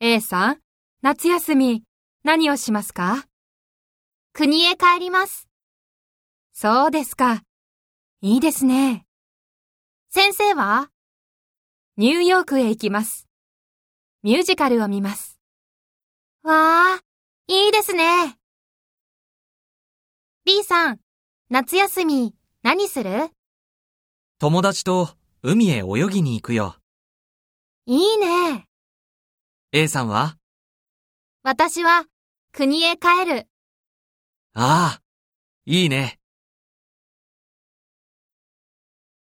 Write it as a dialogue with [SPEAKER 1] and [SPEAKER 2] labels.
[SPEAKER 1] A さん、夏休み、何をしますか
[SPEAKER 2] 国へ帰ります。
[SPEAKER 1] そうですか。いいですね。
[SPEAKER 2] 先生は
[SPEAKER 1] ニューヨークへ行きます。ミュージカルを見ます。
[SPEAKER 2] わあ、いいですね。B さん、夏休み、何する
[SPEAKER 3] 友達と海へ泳ぎに行くよ。
[SPEAKER 2] いいね。
[SPEAKER 3] A さんは
[SPEAKER 2] 私は、国へ帰る。
[SPEAKER 3] ああ、いいね。